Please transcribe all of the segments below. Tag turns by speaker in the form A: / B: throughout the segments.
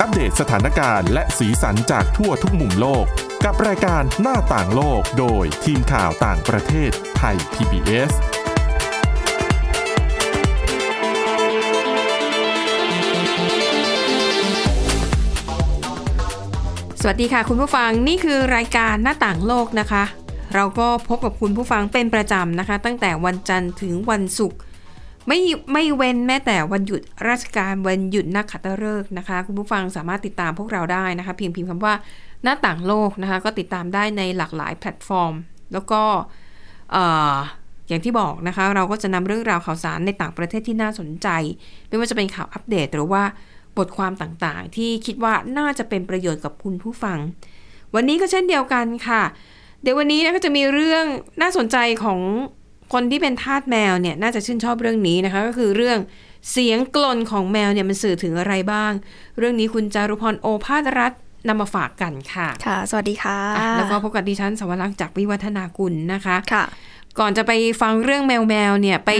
A: อัปเดตสถานการณ์และสีสันจากทั่วทุกมุมโลก กับรายการหน้าต่างโลกโดยทีมข่าวต่างประเทศไทย PBS
B: สวัสดีค่ะคุณผู้ฟังนี่คือรายการหน้าต่างโลกนะคะ เราก็พบกับคุณผู้ฟังเป็นประจำนะคะ ตั้งแต่วันจันทร์ถึงวันศุกร์ไม่ไม่เว้นแม้แต่วันหยุดราชการวันหยุดนักขัตฤกษ์นะคะ คุณผู้ฟังสามารถติดตามพวกเราได้นะคะ เพียงพิมพ์คำว่าหน้าต่างโลกนะคะ ก็ติดตามได้ในหลากหลายแพลตฟอร์ม แล้วก็เอ่ออย่างที่บอกนะคะ เราก็จะนำเรื่องราวข่าวสารในต่างประเทศที่น่าสนใจ ไม่ว่าจะเป็นข่าวอัปเดตหรือว่าบทความต่างๆ ที่คิดว่าน่าจะเป็นประโยชน์กับคุณผู้ฟัง วันนี้ก็เช่นเดียวกันค่ะ เดี๋ยววันนี้นะก็จะมีเรื่องน่าสนใจของคนที่เป็นทาสแมวเนี่ยน่าจะชื่นชอบเรื่องนี้นะคะ ก็คือเรื่องเสียงกลนของแมวเนี่ยมันสื่อถึงอะไรบ้าง เรื่องนี้คุณจารุพรโอภาสรัตน์นำมาฝากกันค่ะ
C: ค่ะ สวัสดีค่ะ
B: อ่ะ แล้วก็พบกับดิฉันสวรักษ์จากวิวัฒนากุลนะคะ
C: ค่ะ
B: ก่อนจะไปฟังเรื่องแมวแมวๆเนี่ยไป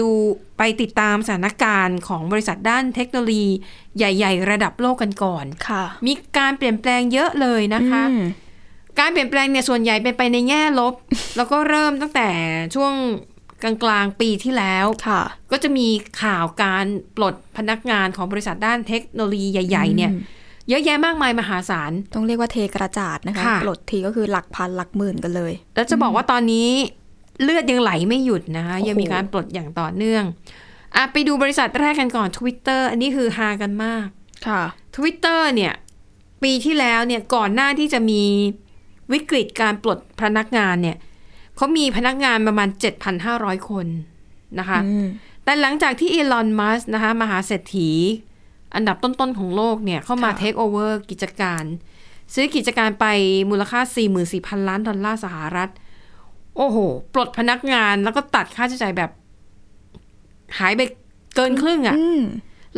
B: ดูไปติดตามสถานการณ์ของบริษัทด้านเทคโนโลยีใหญ่ ๆ ระดับโลกกันก่อน
C: ค่ะ
B: มีการเปลี่ยนแปลงเยอะเลยนะคะ
C: อืม
B: การเปลี่ยนแปลงเนี่ยส่วนใหญ่เป็นไปในแง่ล บ แล้วก็เริ่มตั้งแต่ช่วงกลางๆปีที่แล้ว
C: ค่ะ
B: ก็จะมีข่าวการปลดพนักงานของบริษัทด้านเทคโนโลยีใหญ่ ๆ เนี่ย
C: อืม
B: เยอะแยะมากมายมหาศาล
C: ต้องเรียกว่าเทกระจาดนะคะ
B: ค่ะ
C: ปลดทีก็คือหลักพันหลักหมื่นกันเลย
B: แล้วจะบอกว่าตอนนี้เลือดยังไหลไม่หยุดนะคะ
C: โอ้โห
B: ยังมีการปลดอย่างต่อเนื่องอ่ะไปดูบริษัทแรกกันก่อน Twitter อันนี้คือฮากันมาก
C: ค่ะ
B: Twitter เนี่ยปีที่แล้วเนี่ยก่อนหน้าที่จะมีวิกฤตการปลดพนักงานเนี่ยเขามีพนักงานประมาณ 7,500 คนนะคะ
C: อืม
B: แต่หลังจากที่อีลอนมัสนะคะมหาเศรษฐี อันดับต้น ๆ ของโลกเนี่ยเข้ามาเทคโอเวอร์กิจการ ซื้อกิจการไปมูลค่า 44,000 ล้านดอลลาร์สหรัฐ โอ้โห ปลดพนักงานแล้วก็ตัดค่าใช้จ่ายแบบ หายไปเกินครึ่งอะ
C: อืม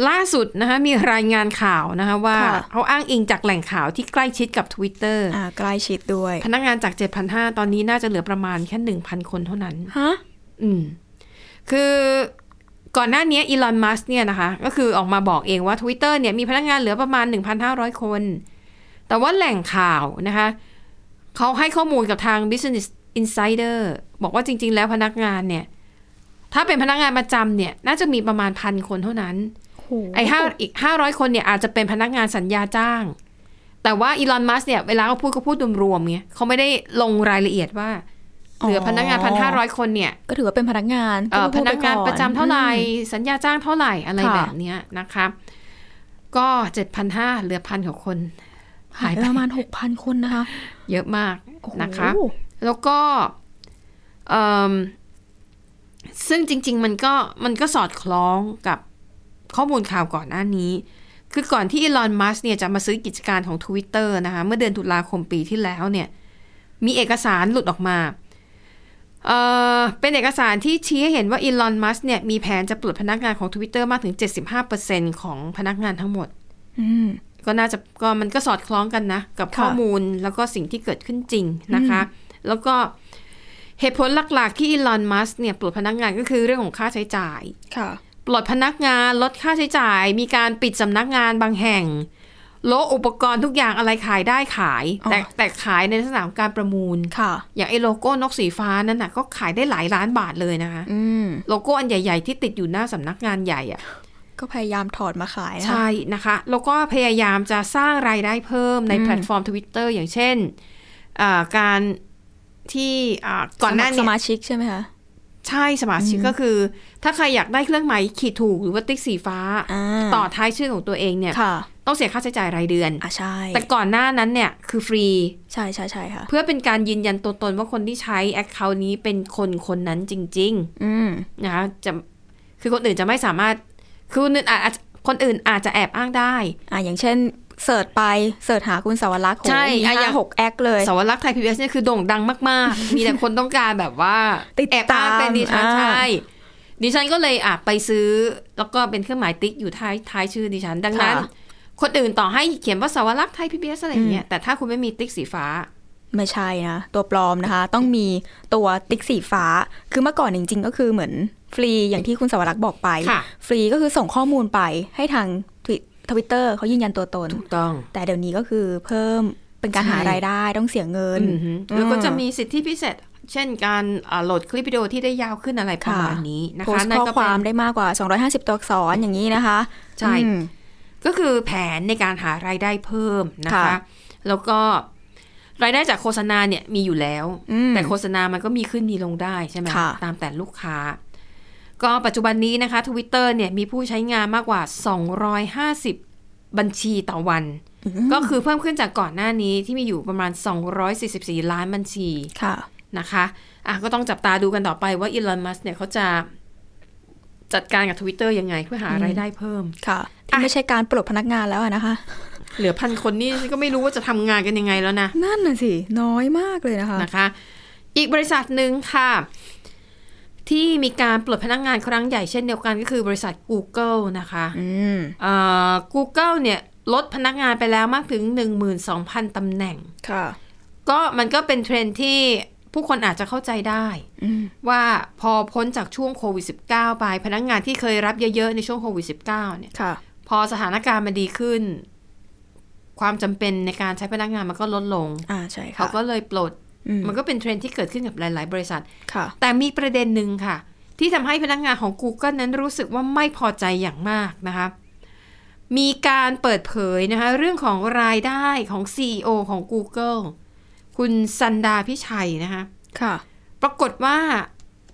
B: ล่าสุดนะคะมีรายงานข่าวนะคะว่า
C: ค่ะ
B: เขาอ้างอิงจากแหล่งข่าวที่ใกล้ชิดกับ Twitter
C: อ่าใกล้ชิดด้วย
B: พนักงานจาก 7,500 ตอนนี้น่าจะเหลือประมาณแค่ 1,000 คนเท่านั้น
C: ฮะ
B: อืม คือก่อนหน้านี้อีลอนมัสเนี่ยนะคะ ก็คือออกมาบอกเองว่า Twitter เนี่ยมีพนักงานเหลือประมาณ 1,500 คน แต่ว่าแหล่งข่าวนะคะเขาให้ข้อมูลกับทาง Business Insider บอกว่าจริง ๆ แล้วพนักงานเนี่ย ถ้าเป็นพนักงานประจำเนี่ย น่าจะมีประมาณพันคนเท่านั้น
C: โห
B: ไอ้ห้าอีกห้าร้อยคนเนี่ยอาจจะเป็นพนักงานสัญญาจ้าง แต่ว่าอีลอนมัสเนี่ยเวลาเขาพูดเขาพูดรวมๆไงเขาไม่ได้ลงรายละเอียดว่า เหลือพนักงานพันห้าร้อยคนเนี่ย
C: ก็ถือว่าเป็นพนักงาน
B: เอ่อพ
C: พูดไป
B: นักงาน
C: อ
B: ประจำเท่าไหร่สัญญาจ้างเท่าไหร่อะไร
C: ค่ะ
B: แบบเนี้ยนะคะก็เจ็ดพันห้าเหลือพันกว่าคน
C: หายไปประมาณหกพันคนนะคะ
B: เยอะมาก
C: โอ้โห
B: นะคะ แล้วก็เอิ่มซึ่งจริง ๆ มันก็มันก็สอดคล้องกับข้อมูลข่าวก่อนหน้านี้ คือก่อนที่อีลอนมัสเนี่ยจะมาซื้อกิจการของ Twitter นะคะ เมื่อเดือนตุลาคมปีที่แล้วเนี่ย มีเอกสารหลุดออกมาเอ่อเป็นเอกสารที่ชี้ให้เห็นว่าอีลอนมัสเนี่ยมีแผนจะปลดพนักงานของ Twitter มากถึง 75%ของพนักงานทั้งหมด
C: อืม
B: ก็น่าจะก็มันก็สอดคล้องกันนะ กับ
C: ค่ะ
B: ข้อมูลแล้วก็สิ่งที่เกิดขึ้นจริงนะคะ แล้วก็เหตุผลหลักๆ ที่อีลอนมัสเนี่ยปลดพนักงานก็คือเรื่องของค่าใช้จ่าย
C: ค่ะ
B: ปลดพนักงานลดค่าใช้จ่าย มีการปิดสำนักงานบางแห่งโละอุปกรณ์ทุกอย่างอะไรขายได้ขาย
C: อ๋อ
B: แต่แต่ขายในลักษณะของการประมูล
C: ค่ะ
B: อย่างไอ้โลโก้นกสีฟ้านั่นน่ะก็ขายได้หลายล้านบาทเลยนะคะ
C: อืม
B: โลโก้อันใหญ่ๆ ที่ติดอยู่หน้าสำนักงานใหญ่อะ
C: ก็พยายามถอดมาขายนะคะ
B: ใช่นะคะ แล้วก็พยายามจะสร้างรายได้เพิ่มใน
C: อืม
B: แพลตฟอร์ม Twitter อย่างเช่นอ่าการที่อ่าก่อนหน้า
C: ส
B: เนี้
C: มัครสมาชิกใช่ไหมคะ
B: ใช่สมาชิกก็คือ ถ้าใครอยากได้เครื่องหมายขีดถูกหรือว่าติ๊กสีฟ้า
C: อ่า
B: ต่อท้ายชื่อของตัวเองเนี่ย
C: ค่ะ
B: ต้องเสียค่าใช้จ่ายรายเดือน
C: อ่าใช่
B: แต่ก่อนหน้านั้นเนี่ยคือฟรี
C: ใช่ใช่ใช่ค่ะ
B: เพื่อเป็นการยืนยันตัวตนว่าคนที่ใช้แอคเคาท์นี้เป็นคนคนนั้นจริง ๆ
C: อืม
B: นะคะจะคือคนอื่นจะไม่สามารถคือคนอื่นอาจคนอื่นอาจจะแอบอ้างได้
C: อ่าอย่างเช่นเสิร์ชไปเสิร์ชหาคุณสวรักษ์โห
B: ใช่
C: มี
B: อ่ะอย่า
C: ห้าง หกแอคเลย
B: สวรักษ์ไทยพีบีเอสเนี่ยคือโด่งดังมาก ๆ มีแต่คนต้องการแบบว่า
C: ติด
B: แอบอ้าง
C: ตาม
B: เป็นดิฉัน
C: อ่า
B: ใช่ดิฉันก็เลยอ่ะไปซื้อ แล้วก็เป็นเครื่องหมายติ๊กอยู่ท้ายท้ายชื่อดิฉัน ดังนั้น คนอื่นต่อให้เขียนว่าสวรักษ์ไทยพีบีเอสอะไรอย่างเงี้ยแต่ถ้าคุณไม่มีติ๊กสีฟ้า
C: ไม่ใช่นะ ตัวปลอมนะคะ ต้องมีตัวติ๊กสีฟ้า คือเมื่อก่อนจริงๆ ก็คือเหมือนฟรีอย่างที่คุณสวรักษ์บอกไป
B: ค่ะ
C: ฟรีก็คือส่งข้อมูลไปให้ทาง ทวิตเตอร์เขายืนยันตัวตน
B: ถูกต้อง
C: แต่เดี๋ยวนี้ก็คือเพิ่มเป็นการ
B: ใช่
C: หารายได้ต้องเสียเงิน
B: อือฮึ
C: อืม
B: แล้วก็จะมีสิทธิพิเศษ เช่นการอ่าโหลดคลิปวิดีโอที่ได้ยาวขึ้นอะไรประ
C: ค่ะ
B: มาณนี้นะ
C: โพ
B: คะ
C: สต์
B: นั่น
C: ข้อ
B: ก็
C: ค
B: เป็น
C: วามได้มากกว่า 250 ตัวอักษรอย่างนี้นะคะ
B: ใช่
C: อืม
B: ก็คือแผนในการหารายได้เพิ่มนะคะ
C: ค่ะ
B: แล้วก็รายได้จากโฆษณาเนี่ยมีอยู่แล้ว
C: อืม
B: แต่โฆษณามันก็มีขึ้นมีลงได้ใช่ไหม
C: ค่ะ
B: ตามแต่ลูกค้า ก็ปัจจุบันนี้นะคะ Twitter เนี่ยมีผู้ใช้งานมากกว่า 250 บัญชีต่อวัน ก็คือเพิ่มขึ้นจากก่อนหน้านี้ที่มีอยู่ประมาณ 244 ล้านบัญชี
C: ค่ะ
B: นะคะอ่ะก็ต้องจับตาดูกันต่อไปว่าอีลอนมัสเนี่ยเขาจะจัดการกับ Twitter ยังไงเพื่อหาไรายได้เพิ่ม
C: ค่ะ ที่ไม่ใช่การปลดพนักงานแล้วอะนะคะ
B: เหลือพันคนนี่ฉันก็ไม่รู้ว่าจะทำงานกันยังไงแล้วนะ
C: นั่นน่ะสิน้อยมากเลยนะคะ
B: นะคะ อีกบริษัทหนึ่งค่ะ ที่มีการปลดพนักงงานครั้งใหญ่เช่นเดียวกันก็คือบริษัท Google นะคะ
C: อืม
B: เอ่อ Google เนี่ยลดพนักงานไปแล้วมากถึง 12,000ตำแหน่ง
C: ค่ะ
B: ก็มันก็เป็นเทรนด์ที่ผู้คนอาจจะเข้าใจได้
C: อืม
B: ว่าพอพ้นจากช่วงโควิด -19 ไป พนักงานที่เคยรับเยอะ ๆ ในช่วงโควิด -19 เนี่ย
C: ค่ะ
B: พอสถานการณ์มันดีขึ้น ความจำเป็นในการใช้พนักงานมันก็ลดลง
C: อ่าใช่ค่ะ
B: เขาก็เลยปลด
C: อืม
B: มันก็เป็นเทรนด์ที่เกิดขึ้นกับหลาย ๆ บริษัท
C: ค่ะ
B: แต่มีประเด็นหนึ่งค่ะ ที่ทำให้พนักงานของ Google นั้นรู้สึกว่าไม่พอใจอย่างมากนะคะ มีการเปิดเผยนะคะ เรื่องของรายได้ของ CEO ของ Google คุณซันดาพิชัยนะคะ
C: ค่ะ
B: ปรากฏว่า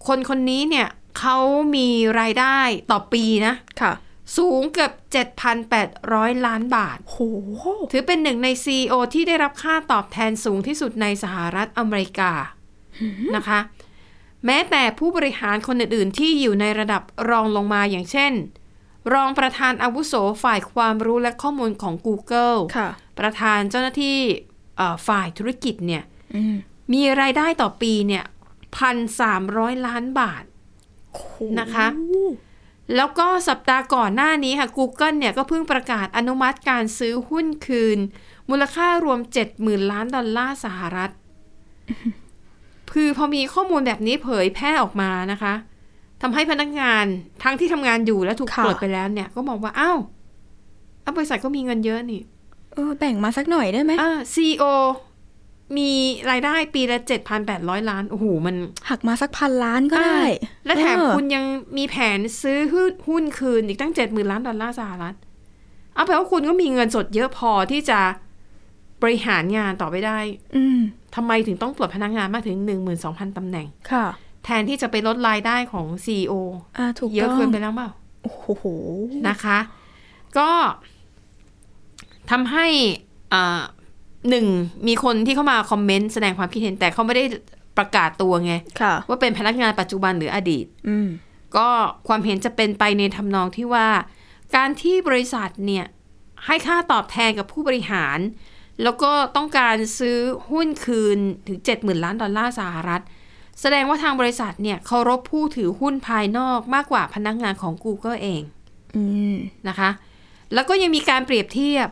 B: คนคนนี้เนี่ยเขามีรายได้ต่อปีนะ
C: ค่ะ
B: สูงเกือบ 7,800 ล้านบาท
C: โห
B: ถือเป็นหนึ่งใน CEO ที่ได้รับค่าตอบแทนสูงที่สุดในสหรัฐอเมริกานะคะ แม้แต่ผู้บริหารคนอื่นๆ ที่อยู่ในระดับรองลงมาอย่างเช่น รองประธานอาวุโสฝ่ายความรู้และข้อมูลของ Google
C: ค่ะ
B: ประธานเจ้าหน้าที่เอ่อฝ่ายธุรกิจเนี่ย
C: อืม
B: มีรายได้ต่อปีเนี่ยพันสามร้อยล้านบาท นะคะ แล้วก็สัปดาห์ก่อนหน้านี้ค่ะ Google เนี่ยก็เพิ่งประกาศอนุมัติการซื้อหุ้นคืน มูลค่ารวม 70,000 ล้านดอลลาร์สหรัฐ คือพอมีข้อมูลแบบนี้เผยแพร่ออกมานะคะทำให้พนักงานทั้งที่ทำงานอยู่และถูกปลดไปแล้วเนี่ยก็มองว่าอ้าวอ้าวบริษัทก็มีเงินเยอะนี่
C: เออแบ่งมาสักหน่อยได้ไหม
B: อ่าซีโอมีรายได้ปีละ 7,800 ล้าน โอ้โห มัน
C: หักมาสักพันล้านก็ได้
B: อ่าและแถม
C: เออ
B: คุณยังมีแผนซื้อหุ้นหุ้นคืนอีกตั้ง 70,000 ล้านดอลลาร์สหรัฐ เอาแปลว่าคุณก็มีเงินสดเยอะพอที่จะบริหารงานต่อไปได้
C: อืม
B: ทำไมถึงต้องปลดพนักงานมากถึง 12,000 ตำแหน่ง
C: ค่ะ
B: แทนที่จะไปลดรายได้ของ CEO
C: อ่าถูก
B: เยอะ
C: ต้อง
B: เกินไปแล้วเปล่า
C: โอ้โห
B: นะคะ ก็ทำให้อ่าหนึ่งมีคนที่เข้ามาคอมเมนต์แสดงความคิดเห็นแต่เขาไม่ได้ประกาศตัวไง
C: ค่ะ
B: ว่าเป็นพนักงานปัจจุบันหรืออดีต
C: อืม
B: ก็ความเห็นจะเป็นไปในทำนองที่ว่า การที่บริษัทเนี่ยให้ค่าตอบแทนกับผู้บริหาร แล้วก็ต้องการซื้อหุ้นคืนถึง 70,000 ล้านดอลลาร์สหรัฐ แสดงว่าทางบริษัทเนี่ยเคารพผู้ถือหุ้นภายนอกมากกว่าพนักงานของ Google เอง
C: อืม
B: นะคะแล้วก็ยังมีการเปรียบเทียบ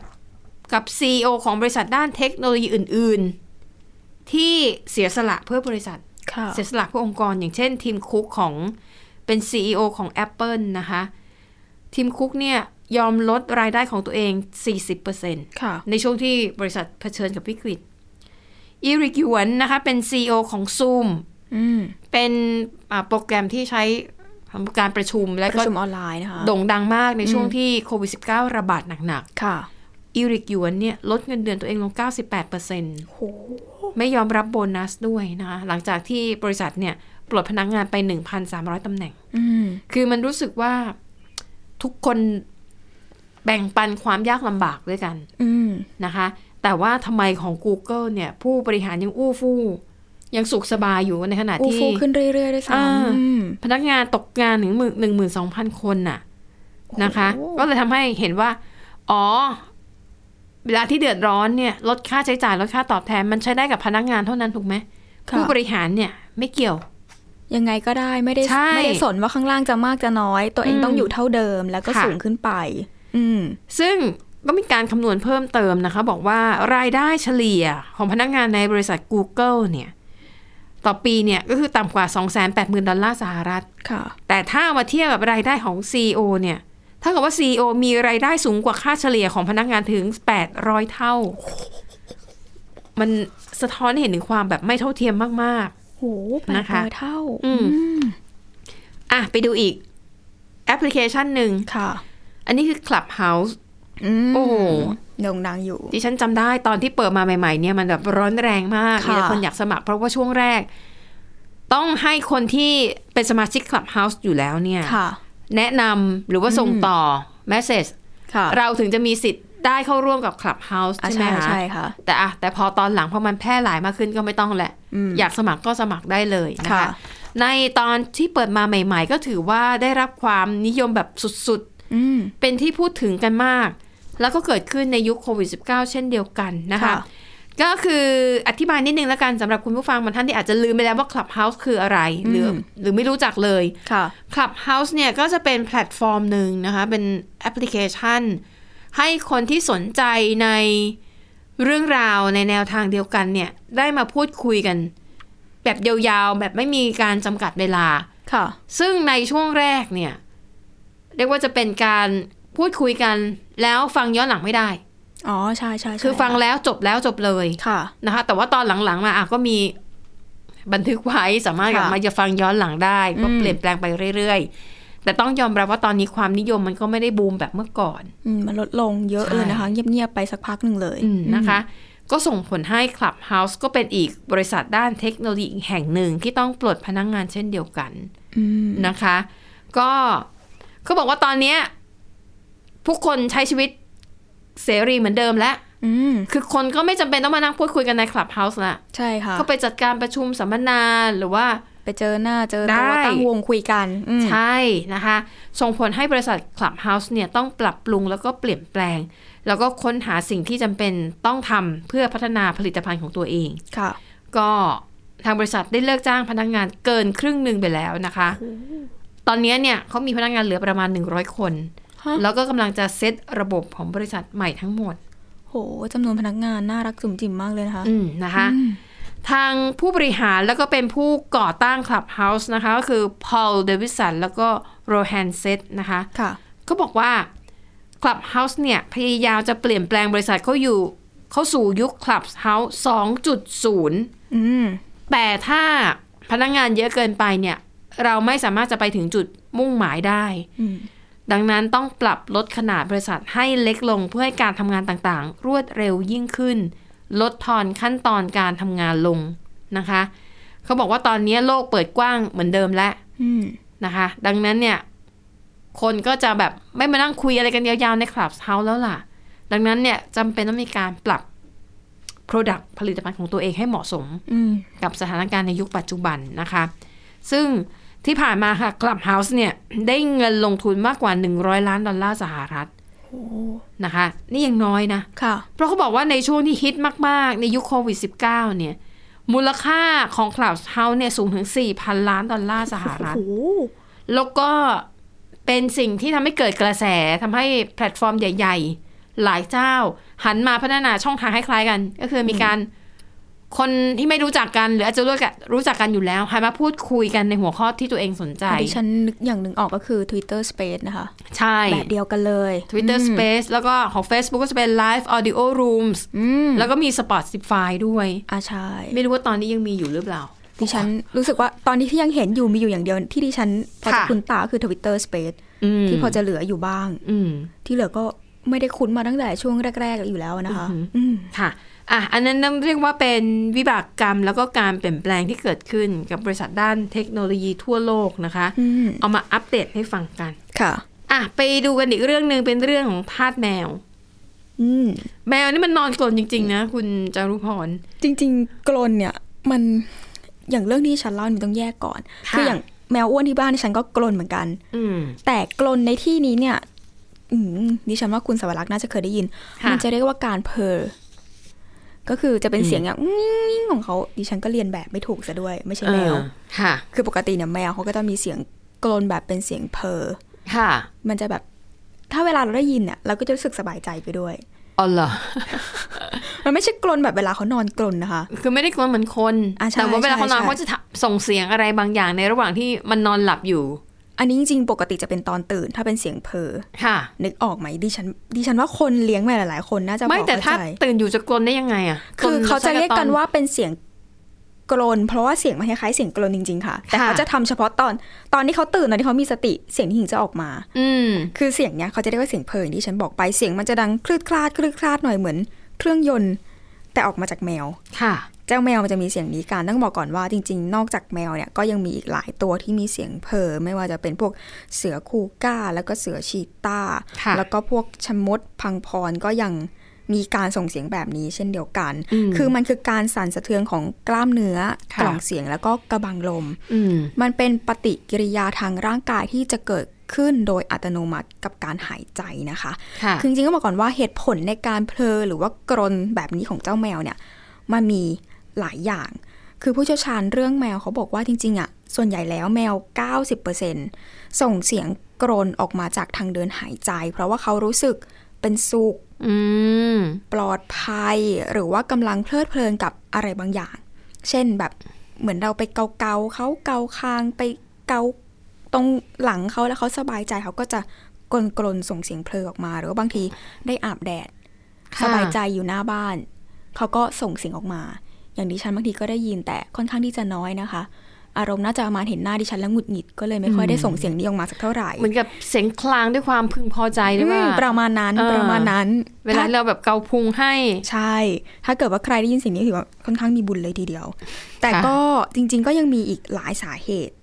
B: กับ CEO ของบริษัทด้านเทคโนโลยีอื่น ๆ ที่เสียสละเพื่อบริษัท
C: ค่ะ
B: เสียสละเพื่อองค์กร อย่างเช่นทีมคุกของเป็น CEO ของ Apple นะคะทีมคุกเนี่ยยอมลดรายได้ของตัวเอง 40%
C: ค่ะ
B: ในช่วงที่บริษัทเผชิญกับวิกฤตอีริกหยวนนะคะเป็น CEO ของ Zoom
C: อืม
B: เป็นอ่าโปรแกรมที่ใช้ทำการประชุมและ
C: ประ
B: ก็
C: ชุมออนไลน์นะคะ
B: โด่งดังมากในช่วงที่โควิด -19 ระบาดหนัก
C: ค่ะ
B: ๆ อีริกหยวนเนี่ยลดเงินเดือนตัวเองลง 98%
C: โห
B: ไม่ยอมรับโบนัสด้วยนะคะหลังจากที่บริษัทเนี่ยปลดพนักงานไป 1,300 ตำแหน่ง
C: อืม
B: คือมันรู้สึกว่าทุกคนแบ่งปันความยากลำบากด้วยกัน
C: อืม
B: นะคะ แต่ว่าทำไมของ Google เนี่ย ผู้บริหารยังอู้ฟู่ยังสุขสบายอยู่ในขณะ
C: อู
B: ที่
C: ฟูขึ้นเรื่อยๆด้วยซ้
B: อ่า
C: ำอืม
B: พนักงานตกงานถึงหมื่นหนึ่งหมื่นสองพันคนน่ะนะคะ ก็เลยทำให้เห็นว่า อ๋อ เวลาที่เดือดร้อนเนี่ยลดค่าใช้จ่ายลดค่าตอบแทนมันใช้ได้กับพนักงานเท่านั้นถูกไหม
C: ค่ะ
B: ผู้บริหารเนี่ย ไม่เกี่ยว
C: ยังไงก็ได้ไม่ได้
B: ใช่
C: ไม่ได้สนว่าข้างล่างจะมากจะน้อย ตัวเอง
B: อืม
C: ต้องอยู่เท่าเดิมแล้วก็
B: ค่ะ
C: สูงขึ้นไป อืม
B: ซึ่งก็มีการคำนวณเพิ่มเติมนะคะ บอกว่ารายได้เฉลี่ยของพนักงานในบริษัท Google เนี่ย ต่อปีเนี่ยก็คือต่ำกว่า 2 8 0 0 0 0 ดอลลาร์สหรัฐ
C: ค่ะ
B: แต่ถ้ามาเทียบกับรายได้ของ CEO เนี่ย ถ้ากับว่า CEO มีรายได้สูงกว่าค่าเฉลี่ยของพนักงานถึง 800 เท่า มันสะท้อนให้เห็นถึงความแบบไม่เท่าเทียมมาก
C: โอ้แปด
B: นะคะ
C: ร้อยเท่า
B: อืม
C: ม
B: ๆ อ่ะ ไปดูอีกแอปพลิเคชันหนึ่ง
C: ค่ะ
B: อันนี้คือ Clubhouse
C: ม
B: โอ้โห
C: โด่งดังอยู่
B: ดิฉันจำได้ตอนที่เปิดมาใหม่ๆเนี่ยมันแบบร้อนแรงมาก
C: ค่ะ
B: มีแต่คนอยากสมัครเพราะว่าช่วงแรก ต้องให้คนที่เป็นสมาชิก Clubhouse อยู่แล้วเนี่ย
C: ค่ะ
B: แนะนำหรือว่าส่งต่อ Message
C: ค่ะ
B: เราถึงจะมีสิทธิ์ได้เข้าร่วมกับ Clubhouse
C: อ่ะ
B: ใช่ไหมคะ
C: ใช่ใช่ค่ะ
B: แต่อะแต่พอตอนหลังพอมันแพร่หลายมากขึ้นก็ไม่ต้องแหละ
C: อืม
B: อยากสมัครก็สมัครได้เลยนะ
C: ค่ะ
B: คะ ในตอนที่เปิดมาใหม่ ๆ ก็ถือว่าได้รับความนิยมแบบสุด ๆ
C: อืม
B: เป็นที่พูดถึงกันมาก แล้วก็เกิดขึ้นในยุคโควิด -19 เช่นเดียวกันนะคะ
C: ค่ะ
B: ก็คืออธิบายนิดนึงแล้วกันสำหรับคุณผู้ฟังบางท่านที่อาจจะลืมไปแล้วว่า Clubhouse คืออะไร หรือหรือไม่รู้จักเลย
C: ค่ะ
B: Clubhouse เนี่ยก็จะเป็นแพลตฟอร์มหนึ่งนะคะ เป็นแอปพลิเคชัน ให้คนที่สนใจในเรื่องราวในแนวทางเดียวกันเนี่ย ได้มาพูดคุยกัน แบบยาวๆ แบบไม่มีการจำกัดเวลา
C: ค่ะ
B: ซึ่งในช่วงแรกเนี่ย เรียกว่าจะเป็นการพูดคุยกันแล้วฟังย้อนหลังไม่ได้
C: อ๋อใช่ใช่ใช่
B: คือฟังแล้วจบแล้วจบเลย
C: ค่ะ
B: นะคะ แต่ว่าตอนหลังๆมาอ่ะก็มีบันทึกไว้สามารถกลับ
C: ค่ะ
B: มาจะฟังย้อนหลังได้ก็
C: อืม
B: เปลี่ยนแปลงไปเรื่อยๆ แต่ต้องยอมรับว่าตอนนี้ความนิยมมันก็ไม่ได้บูมแบบเมื่อก่อน
C: อืมมันลดลงเยอะ
B: ใช่
C: เลยนะคะ เงียบๆไปสักพักหนึ่งเลย
B: อืมนะคะ ก็ส่งผลให้ Clubhouse ก็เป็นอีกบริษัทด้านเทคโนโลยีอีกแห่งหนึ่งที่ต้องปลดพนักงงานเช่นเดียวกัน
C: อืม
B: นะคะก็เขาบอกว่าตอนเนี้ยผู้คนใช้ชีวิตเสรีเหมือนเดิมแล้ว
C: อืม
B: คือคนก็ไม่จำเป็นต้องมานั่งพูดคุยกันในคลับเฮาส์ละ
C: ใช่ค่ะ
B: ก็ไปจัดการประชุมสัมมนาหรือว่า
C: ไปเจอหน้าเจอ
B: ได้
C: ตัวตั้งวงคุยกันอืม
B: ใช่นะคะส่งผลให้บริษัทคลับเฮาส์เนี่ยต้องปรับปรุงแล้วก็เปลี่ยนแปลง แล้วก็ค้นหาสิ่งที่จำเป็นต้องทำเพื่อพัฒนาผลิตภัณฑ์ของตัวเอง
C: ค่ะ
B: ก็ทางบริษัทได้เลิกจ้างพนักงานเกินครึ่งหนึ่งไปแล้วนะคะ ตอนนี้เนี่ยเขามีพนักงานเหลือประมาณ 100 คน
C: ฮะ
B: แล้วก็กำลังจะเซตระบบของบริษัทใหม่ทั้งหมด
C: โหจำนวนพนักงานน่ารักจุ่มจิ๋มมากเลยนะคะ
B: อืมนะคะ ทางผู้บริหารแล้วก็เป็นผู้ก่อตั้ง Clubhouse นะคะ ก็คือ Paul Davidson แล้วก็ Rohan Seth นะคะ
C: ค่ะ
B: ก็บอกว่า Clubhouse เนี่ย พยายามจะเปลี่ยนแปลงบริษัทเขาอยู่เขาสู่ยุค Clubhouse 2.0
C: อืม
B: แต่ถ้าพนักงานเยอะเกินไปเนี่ย เราไม่สามารถจะไปถึงจุดมุ่งหมายได้
C: อืม
B: ดังนั้นต้องปรับลดขนาดบริษัทให้เล็กลงเพื่อให้การทำงานต่างๆ รวดเร็วยิ่งขึ้น ลดทอนขั้นตอนการทำงานลงนะคะ เขาบอกว่าตอนนี้โลกเปิดกว้างเหมือนเดิมแล้ว
C: อืม
B: นะคะ ดังนั้นเนี่ย คนก็จะแบบไม่มานั่งคุยอะไรกันยาวๆในคลับเฮาส์แล้วล่ะ ดังนั้นเนี่ยจำเป็นต้องมีการปรับ Product ผลิตภัณฑ์ของตัวเองให้เหมาะสม
C: อืม
B: กับสถานการณ์ในยุคปัจจุบันนะคะ ซึ่งที่ผ่านมาค่ะ Clubhouse เนี่ยได้เงินลงทุนมากกว่า 100 ล้านดอลลาร์สหรัฐ
C: โห
B: นะคะ นี่ยังน้อยนะ
C: ค่ะ
B: เพราะเขาบอกว่าในช่วงที่ฮิตมาก ๆ ในยุคโควิด -19 เนี่ย มูลค่าของ Clubhouse เนี่ยสูงถึง 4,000 ล้านดอลลาร์สหรัฐ
C: โอ้โห
B: แล้วก็เป็นสิ่งที่ทำให้เกิดกระแสทำให้แพลตฟอร์มใหญ่ ๆ หลายเจ้า หันมาพัฒนาช่องทางคล้ายๆกัน ก็คือมีการคนที่ไม่รู้จักกัน หรืออาจจะรู้จักรู้จักกันอยู่แล้วหันมาพูดคุยกันในหัวข้อที่ตัวเองสนใจ
C: ดิฉันนึกอย่างหนึ่งออกก็คือ Twitter Space นะคะ
B: ใช่
C: แบบเดียวกันเลย
B: Twitter Space แล้วก็ของ Facebook ก็จะเป็น Live Audio Rooms
C: อืม
B: แล้วก็มี Spotify ด้วย
C: อ่าใช่
B: ไม่รู้ว่าตอนนี้ยังมีอยู่หรือเปล่า
C: ดิฉันรู้สึกว่าตอนนี้ที่ยังเห็นอยู่มีอยู่อย่างเดียวที่ดิฉันพอจะ
B: ค่ะ
C: คุ้นตาคือ Twitter Space
B: อืม
C: ที่พอจะเหลืออยู่บ้าง
B: อืม
C: ที่เหลือก็ไม่ได้คุ้นมาตั้งแต่ช่วงแรก ๆ อยู่แล้วนะคะ อืม
B: ค่ะ อ่ะ อันนั้นเรียกว่าเป็นวิบากกรรมแล้วก็การเปลี่ยนแปลงที่เกิดขึ้นกับบริษัทด้านเทคโนโลยีทั่วโลกนะคะ
C: อืม
B: เอามาอัปเดตให้ฟังกัน
C: ค่ะ
B: อ่ะ ไปดูกันอีกเรื่องหนึ่งเป็นเรื่องของทาสแมว
C: อืม
B: แมวนี่มันนอนกลนจริง ๆ นะ คุณจารุพร
C: จริงๆ กลนเนี่ยมันอย่างเรื่องที่ฉันเล่ามันต้องแยกก่อน
B: ค่ะ
C: ออย่างแมวอ้วนที่บ้านฉันก็กลนเหมือนกัน
B: อืม
C: แต่กลนในที่นี้เนี่ย อืมดิฉันว่าคุณสวรักษ์น่าจะเคยได้ยิน
B: ค่ะ
C: มัจะเรียกว่าการเพอก็คือจะเป็น
B: อืม
C: เสียงอย่างอื้อของเขาดิฉันก็เรียนแบบไม่ถูกซะด้วย ไม่ใช่แมว
B: เออค่ะ
C: คือปกติเนี่ยแมวเขาก็จะมีเสียงกลนแบบเป็นเสียงเพอ
B: ค่ะ
C: มันจะแบบ ถ้าเวลาเราได้ยินเนี่ยเราก็จะรู้สึกสบายใจไปด้วย
B: อ๋อเหรอ
C: มันไม่ใช่กลนแบบเวลาเขานอนกลนนะคะ
B: คือไม่ได้กลนเหมือนคน
C: อ่ะใช่
B: แต่ว่าเวลา
C: ใช่
B: เขานอน
C: ใช่
B: เขาจะทำส่งเสียงอะไรบางอย่างในระหว่างที่มันนอนหลับอยู่
C: อันนี้จริงๆ ปกติจะเป็นตอนตื่น ถ้าเป็นเสียงเพอ
B: ค่ะ
C: นึกออกไหมดิฉันดิฉันว่าคนเลี้ยงแมวหลายๆ คนน่าจะพอ
B: ไม่แต่ถ้า
C: เข้าใจ
B: ตื่นอยู่จะกลนได้ยังไงอ่ะ
C: คือเขาจะเรียกกัน
B: ล
C: ว่าเป็นเสียงกลน เพราะว่าเสียงมันคล้ายๆเสียงกลนจริง ๆ ค่ะ แต่
B: ค่ะ
C: เขาจะทำเฉพาะตอนตอนที่เขาตื่นตอนที่เขามีสติเสียงที่ถึงจะออกมา
B: อืม
C: คือเสียงเนี้ยเขาจะเรียกว่าเสียงเพลิงที่ฉันบอกไปเสียงมันจะดังคลืดคลาดคลืดคลาดหน่อยเหมือน เครื่องยนต์ แต่ออกมาจากแมว
B: ค่ะ
C: เจ้าแมวมันจะมีเสียงนี้การต้องบอกก่อนว่าจริง ๆ นอกจากแมวเนี่ยก็ยังมีอีกหลายตัวที่มีเสียงเพอไม่ว่าจะเป็นพวกเสือคูก้า แล้วก็เสือชีต้า
B: ค่ะ
C: แล้วก็พวกชะมดพังพรก็ยังมีการส่งเสียงแบบนี้เช่นเดียวกัน
B: อืม
C: คือมันคือการสั่นสะเทือนของกล้ามเนื้อ
B: ค่ะ
C: กล่องเสียงแล้วก็กระบังลม
B: อืม
C: มันเป็นปฏิกิริยาทางร่างกายที่จะเกิดขึ้นโดยอัตโนมัติกับการหายใจนะคะ
B: ค่ะ
C: คือจริงๆก็บอกก่อนว่าเหตุผลในการเพลอหรือว่ากรนแบบนี้ของเจ้าแมวเนี่ยมันมีหลายอย่าง คือผู้เชี่ยวชาญเรื่องแมวเขาบอกว่าจริงๆอ่ะส่วนใหญ่แล้วแมว 90%ส่งเสียงกรนออกมาจากทางเดินหายใจ เพราะว่าเขารู้สึกเป็นสุข
B: อืม
C: ปลอดภัยหรือว่ากำลังเพลิดเพลินกับอะไรบางอย่าง เช่นแบบเหมือนเราไปเกาเกาๆเขาเกาคางไปเกาตรงหลังเขาแล้วเขาสบายใจเขาก็จะกลนๆส่งเสียงเพลอออกมา หรือว่าบางทีได้อาบแดด
B: ค่ะ
C: สบายใจอยู่หน้าบ้าน เขาก็ส่งเสียงออกมา อย่างดิฉันบางทีก็ได้ยินแต่ค่อนข้างที่จะน้อยนะคะ อารมณ์น่าจะประมาณเห็นหน้าดิฉันแล้วหงุดหงิดก็เลยไม่ค่อยได้ส่งเสียงนี้ออกมาสักเท่าไหร่
B: เหมือนกับเสียงคลางด้วยความพึงพอใจหรือเป
C: อื
B: ล่า
C: มประมาณนั้น
B: เออ
C: ประมาณนั้น
B: เวลาเราแบบเกาพุงให้
C: ใช่ ถ้าเกิดว่าใครได้ยินเสิ่งนี้ถือว่าค่อนข้างมีบุญเลยทีเดียว แต่ก็จริงๆ ก็ยังมีอีกหลายสาเหตุ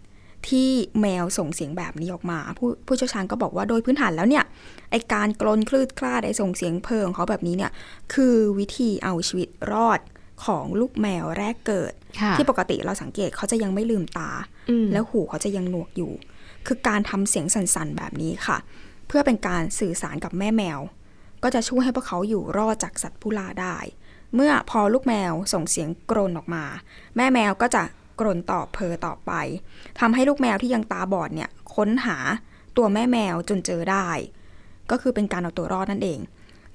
C: ที่แมวส่งเสียงแบบนี้ออกมา ผู้ผู้เชี่ยวชาญก็บอกว่าโดยพื้นฐานแล้วเนี่ยไอการกลนคลืดคลาดไอส่งเสียงเพลิงของเขาแบบนี้เนี่ยคือวิธีเอาชีวิตรอดของลูกแมวแรกเกิด
B: ค่ะ
C: ที่ปกติเราสังเกตเขาจะยังไม่ลืมตา
B: อืม
C: แล้วหูเขาจะยังหนวกอยู่ คือการทำเสียงสั่นๆแบบนี้ค่ะ เพื่อเป็นการสื่อสารกับแม่แมว ก็จะช่วยให้พวกเขาอยู่รอดจากสัตว์ผู้ล่าได้ เมื่อพอลูกแมวส่งเสียงกรนออกมา แม่แมวก็จะกรนตอบเพอต่อไปทำให้ลูกแมวที่ยังตาบอดเนี่ยค้นหาตัวแม่แมวจนเจอได้ ก็คือเป็นการเอาตัวรอดนั่นเอง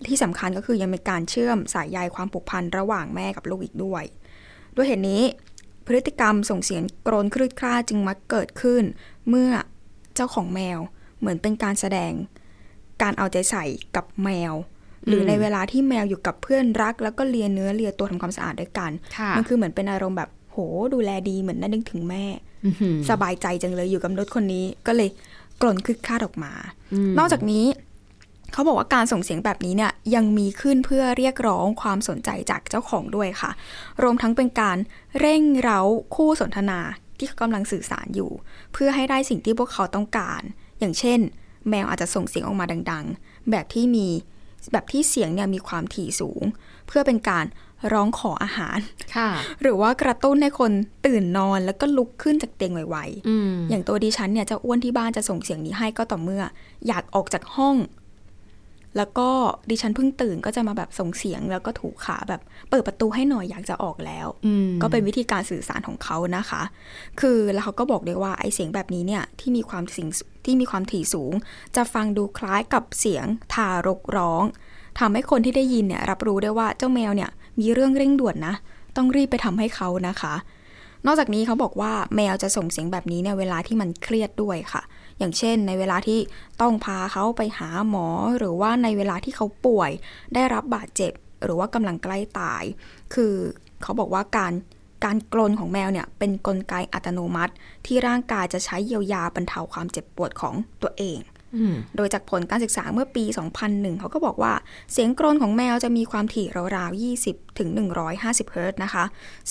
C: ที่สำคัญก็คือยังเป็นการเชื่อมสายใยความผูกพันระหว่างแม่กับลูกอีกด้วย ด้วยเหตุนี้ พฤติกรรมส่งเสียงกรนครืดคร่าดจึงมักเกิดขึ้น เมื่อเจ้าของแมวเหมือนเป็นการแสดง การเอาใจใส่กับแมว หรือในเวลาที่แมวอยู่กับเพื่อนรัก แล้วก็เลียเนื้อเลียตัวทำความสะอาดด้วยกัน
B: ค่ะ
C: มันคือเหมือนเป็นอารมณ์แบบโหดูแลดีเหมือนได้นึกถึงแม่
B: อหือ
C: สบายใจจังเลยอยู่กับมนุษย์คนนี้ก็เลยกลนคลึกคลาดออกมา
B: อืม
C: นอกจากนี้เขาบอกว่าการส่งเสียงแบบนี้เนี่ยยังมีขึ้นเพื่อเรียกร้องความสนใจจากเจ้าของด้วยค่ะ รวมทั้งเป็นการเร่งเร้าคู่สนทนาที่เขากำลังสื่อสารอยู่ เพื่อให้ได้สิ่งที่พวกเขาต้องการ อย่างเช่น แมวอาจจะส่งเสียงออกมาดัง ๆ แบบที่มีแบบที่เสียงเนี่ยมีความถี่สูง เพื่อเป็นการร้องขออาหาร
B: ค่ะ
C: หรือว่ากระตุ้นให้คนตื่นนอนแล้วก็ลุกขึ้นจากเตียงไวๆ
B: อืม
C: อย่างตัวดิฉันเนี่ยเจะอ้วนที่บ้านจะส่งเสียงนี้ให้ก็ต่อเมื่อ อยากออกจากห้อง แล้วก็ดิฉันเพิ่งตื่นก็จะมาแบบส่งเสียงแล้วก็ถูขาแบบ เปิดประตูให้หน่อยอยากจะออกแล้ว
B: อืม
C: ก็เป็นวิธีการสื่อสารของเขานะคะ คือแล้วเขาก็บอกด้วยว่าไอเสียงแบบนี้เนี่ยที่มีความสิงที่มีความถี่สูง จะฟังดูคล้ายกับเสียงทารกร้องทำให้คนที่ได้ยินเนี่ยรับรู้ได้ว่าเจ้าแมวเนี่ยมีเรื่องเร่งด่วนนะ ต้องรีบไปทำให้เขานะคะ นอกจากนี้เขาบอกว่าแมวจะส่งเสียงแบบนี้เนี่ยเวลาที่มันเครียดด้วยค่ะ อย่างเช่น ในเวลาที่ต้องพาเขาไปหาหมอ หรือว่าในเวลาที่เขาป่วย ได้รับบาดเจ็บ หรือว่ากำลังใกล้ตาย คือเขาบอกว่าการการกลนของแมวเนี่ยเป็นกลไกอัตโนมัติ ที่ร่างกายจะใช้เยียวยาบรรเทาความเจ็บปวดของตัวเอง
B: อืม
C: โดยจากผลการศึกษาเมื่อปี 2001 เขาก็บอกว่าเสียงกรนของแมวจะมีความถี่ราวๆ 20 ถึง 150 เฮิรตซ์นะคะ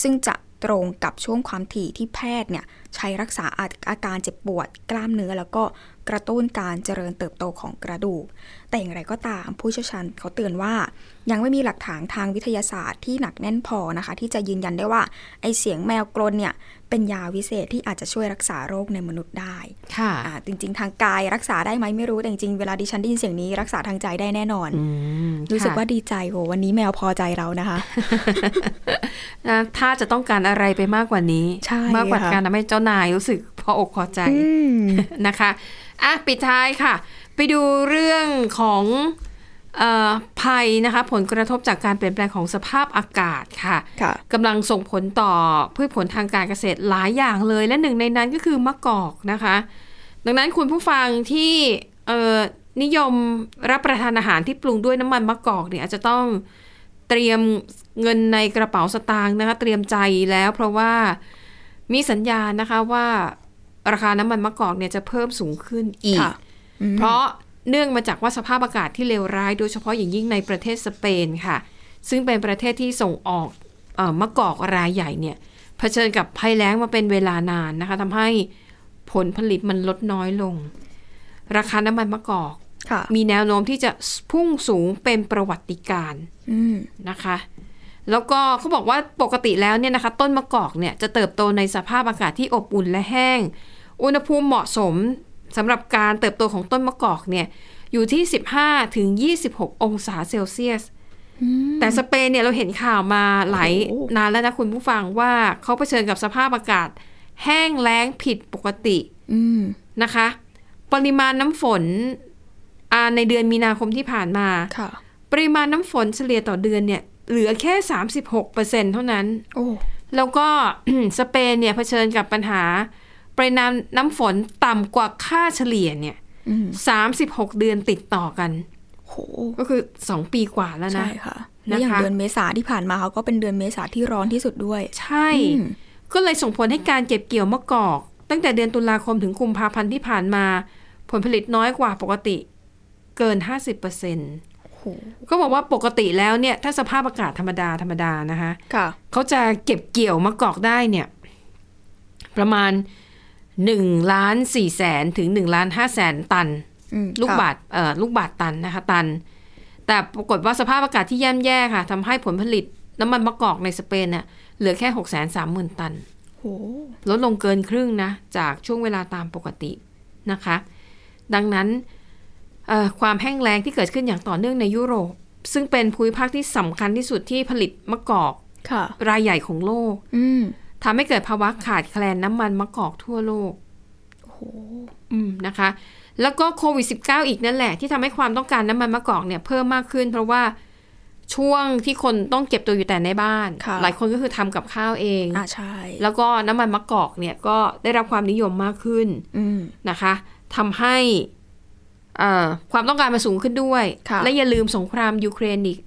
C: ซึ่งจะตรงกับช่วงความถี่ที่แพทย์เนี่ยใช้รักษาอาอาการเจ็บปวด กล้ามเนื้อ แล้วก็กระตุ้นการเจริญเติบโตของกระดูก แต่อย่างไรก็ตามผู้เชี่ยวชาญเขาเตือนว่า ยังไม่มีหลักฐานทางวิทยาศาสตร์ที่หนักแน่นพอนะคะ ที่จะยืนยันได้ว่าไอเสียงแมวกรนเนี่ยเป็นยาวิเศษที่อาจจะช่วยรักษาโรคในมนุษย์ได้
B: ค่ะ
C: อ่าจริงๆ ทางกายรักษาได้ไหมไม่รู้แต่จริงๆ เวลาดิฉันได้ยินเสียงนี้รักษาทางใจได้แน่นอน
B: อืม
C: รู้สึก
B: ค่ะ
C: ว่าดีใจโหวันนี้แมวพอใจเรานะคะ
B: นะถ้าจะต้องการอะไรไปมากกว่านี้
C: ใช่
B: มากกว่า
C: ค่ะ
B: การทำให้เจ้านายรู้สึกพออกพอใจนะคะอ่ะปิดท้ายค่ะ ไปดูเรื่องของเออภัยนะคะ ผลกระทบจากการเปลี่ยนแปลงของสภาพอากาศค่ะ
C: ค่ะ
B: กำลังส่งผลต่อพืชผลทางการเกษตรหลายอย่างเลย และหนึ่งในนั้นก็คือมะกอกนะคะ ดังนั้นคุณผู้ฟังที่เอ่อนิยมรับประทานอาหารที่ปรุงด้วยน้ำมันมะกอกเนี่ยอาจจะต้องเตรียมเงินในกระเป๋าสตางค์นะคะเตรียมใจแล้ว เพราะว่ามีสัญญาณนะคะว่าราคาน้ำมันมะกอกเนี่ยจะเพิ่มสูงขึ้นอีก
C: ค่ะ อืม
B: เพราะเนื่องมาจากว่าสภาพอากาศที่เลวร้าย โดยเฉพาะอย่างยิ่งในประเทศสเปนค่ะ ซึ่งเป็นประเทศที่ส่งออกเออมะกอกรายใหญ่เนี่ยเผชิญกับภัยแล้งมาเป็นเวลานานนะคะทำให้ผลผลิตมันลดน้อยลง ราคาน้ำมันมะกอก
C: ค่ะ
B: มีแนวโน้มที่จะพุ่งสูงเป็นประวัติการณ์
C: อืม
B: นะคะ แล้วก็เขาบอกว่าปกติแล้วเนี่ยนะคะ ต้นมะกอกเนี่ยจะเติบโตในสภาพอากาศที่อบอุ่นและแห้ง อุณหภูมิเหมาะสมสำหรับการเติบโตของต้นมะกอกเนี่ยอยู่ที่ 15ถึง26 องศาเซลเซียส
C: อืม
B: แต่สเปนเนี่ยเราเห็นข่าวมาหลาย
C: โอ้โห
B: นานแล้วนะคุณผู้ฟังว่าเขาเผชิญกับสภาพอากาศ แห้งแล้งผิดปกติ
C: อืม
B: นะคะ ปริมาณน้ำฝนอ่าในเดือนมีนาคมที่ผ่านมา
C: ค่ะ
B: ปริมาณน้ำฝนเฉลี่ยต่อเดือนเนี่ยเหลือแค่ 36เปอร์เซ็นเท่านั้น
C: โอ้
B: แล้วก็ สเปนเนี่ยเผชิญกับปัญหา ปริมาณน้ำฝนต่ำกว่าค่าเฉลี่ยเนี่ย
C: อืม
B: 36 เดือนติดต่อกัน
C: โห
B: ก็คือ 2 ปีกว่าแล้วนะ
C: ใช่ค่ะและอย่าง
B: นะคะ
C: เดือนเมษาที่ผ่านมาเขาก็เป็นเดือนเมษาที่ร้อนที่สุดด้วย
B: ใช่
C: อืม
B: ก็เลยส่งผลให้การเก็บเกี่ยวมะกอก ตั้งแต่เดือนตุลาคมถึงกุมภาพันธ์ที่ผ่านมา ผลผลิตน้อยกว่าปกติเกิน 50เปอร์เซ็นต์
C: โห
B: ก็บอกว่าปกติแล้วเนี่ยถ้าสภาพอากาศธรรมดาธรรมดานะคะ
C: ค่ะ
B: เขาจะเก็บเกี่ยวมะกอกได้เนี่ยประมาณ1ล้าน4แสนถึง1ล้าน5แสนตัน
C: อืม
B: ลูก
C: ค่ะ
B: บาทเอ่อลูกบาทตันนะคะตัน แต่ปรากฏว่าสภาพอากาศที่ย่ำแย่ค่ะทำให้ผลผลิตน้ำมันมะกอกในสเปนเนี่ยเหลือแค่6 3 0 0 0 0 ตัน
C: โห
B: ลดลงเกินครึ่งนะ จากช่วงเวลาตามปกตินะคะ ดังนั้นเอ่อความแห้งแล้งที่เกิดขึ้นอย่างต่อเนื่องในยุโรป ซึ่งเป็นภูมิภาคที่สำคัญที่สุดที่ผลิตมะกอก
C: ค่ะ
B: รายใหญ่ของโลก
C: อืม
B: ทำให้เกิดภาวะขาดแคลนน้ำมันมะกอกทั่วโลก
C: โห
B: อืมนะคะ แล้วก็โควิด -19 อีกนั่นแหละที่ทำให้ความต้องการน้ำมันมะกอกเนี่ยเพิ่มมากขึ้น เพราะว่าช่วงที่คนต้องเก็บตัวอยู่แต่ในบ้าน หลายคนก็คือทำกับข้าวเอง
C: อ่าใช่
B: แล้วก็น้ำมันมะกอกเนี่ยก็ได้รับความนิยมมากขึ้น
C: อืม
B: นะคะทำให้เอ่อความต้องการมันสูงขึ้นด้วย
C: ค่ะ
B: และอย่าลืมสงครามยูเครนอีก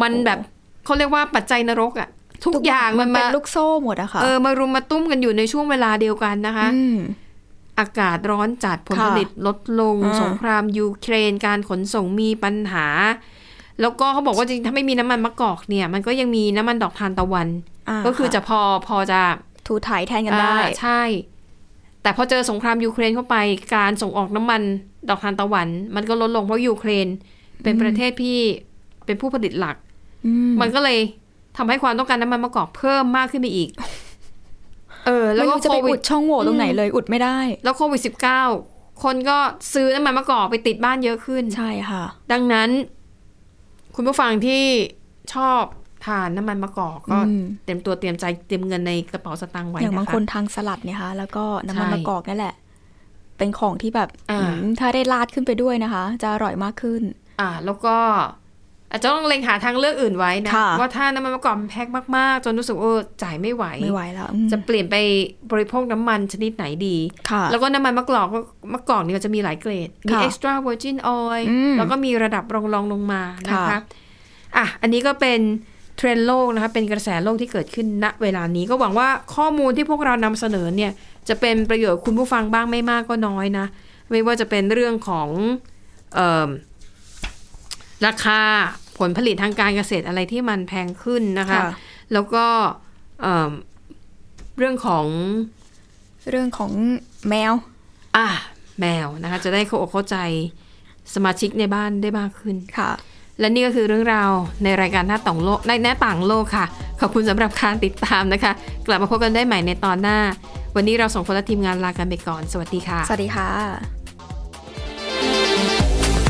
B: มัน
C: โอ้
B: แบบเขาเรียกว่าปัจจัยนรกอะทุกอย่างมัน
C: เป็
B: มาน
C: ลูกโซ่หมดอะค่ะ
B: เออมารุมมาตุ้มกันอยู่ในช่วงเวลาเดียวกันนะคะ
C: อืม
B: อากาศร้อนจัดผล
C: ค่ะ
B: ผลิตลดลง
C: อ่า
B: สงครามยูเครนการขนส่งมีปัญหา แล้วก็เขาบอกว่าจริงๆถ้าไม่มีน้ำมันมะกอกเนี่ย มันก็ยังมีน้ำมันดอกทานตะวัน
C: า
B: ก็คือจะพอพอจะ
C: ถูถ่ายแทนกันได้
B: อ่าใช่ แต่พอเจอสงครามยูเครนเข้าไป การส่งออกน้ำมันดอกทานตะวัน มันก็ลดลงเพราะยูเครน เป็นประเทศที่เป็นผู้ผลิตหลัก
C: อืม
B: มันก็เลยทำให้ความต้องการน้ำมันมะกอกเพิ่มมากขึ้นไปอีก เออ แล้ว
C: ไม่
B: ก็
C: รู้จะ
B: โค
C: ไป
B: วิ
C: อุ
B: ด
C: ดช่องโหว่ตรงไหนเลยอุดไม่ได้
B: แล้วโควิดสิบเก้าคนก็ซื้อน้ำมันมะกอกไปติดบ้านเยอะขึ้น
C: ใช่ค่ะ
B: ดังนั้น คุณผู้ฟังที่ชอบทานน้ำมันมะกอกก็
C: อืม
B: เตรียมตัวเตรียมใจเตรียมเงินในกระเป๋าสตางค์ไว้
C: อย่างบาง
B: ะะ
C: คนทางสลัดเนี่ยค่ะ แล้วก็น้ำมัน
B: ใช่
C: มะกอกนี่แหละ เป็นของที่แบบ
B: อ่า
C: อืมถ้าได้ราดขึ้นไปด้วยนะคะ จะอร่อยมากขึ้น
B: อ่าแล้วก็อาจจะต้องเล็งหาทางเลือกอื่นไว้นะ
C: ค่ะ
B: ว่าถ้าน้ำมันมะกอกมันแพงมาก ๆ จนรู้สึกว่าเออจ่ายไม่ไหว
C: ไม่ไหวแล้วอืม
B: จะเปลี่ยนไปบริโภคน้ำมันชนิดไหนดี
C: ค่ะ
B: แล้วก็น้ำมันมะกอกมะกอกนี่ก็จะมีหลายเกรด มี
C: ค่ะ
B: extra virgin oil
C: อืม
B: แล้วก็มีระดับรองรองลงมานะคะ
C: ค่ะ
B: อ่ะ อันนี้ก็เป็นเทรนด์โลกนะคะ เป็นกระแสโลกที่เกิดขึ้นณเวลานี้ก็หวังว่าข้อมูลที่พวกเรานำเสนอเนี่ย จะเป็นประโยชน์คุณผู้ฟังบ้างไม่มากก็น้อยนะ ไม่ว่าจะเป็นเรื่องของเอมราคาผลผลิตทางการเกษตรอะไรที่มันแพงขึ้นนะคะ
C: ค่ะ
B: แล้วก็เอิ่มเรื่องของ
C: เรื่องของแมว
B: อ่ะแมวนะคะ จะได้เข้าอกเข้าใจสมาชิกในบ้านได้มากขึ้น
C: ค่ะ
B: และนี่ก็คือเรื่องราวในรายการหน้าต่างโลกในหน้าต่างโลกค่ะ ขอบคุณสำหรับการติดตามนะคะ กลับมาพบกันได้ใหม่ในตอนหน้า วันนี้เราสองคนและทีมงานลากันไปก่อน สวัสดีค่ะ
C: สวัสดีค่ะ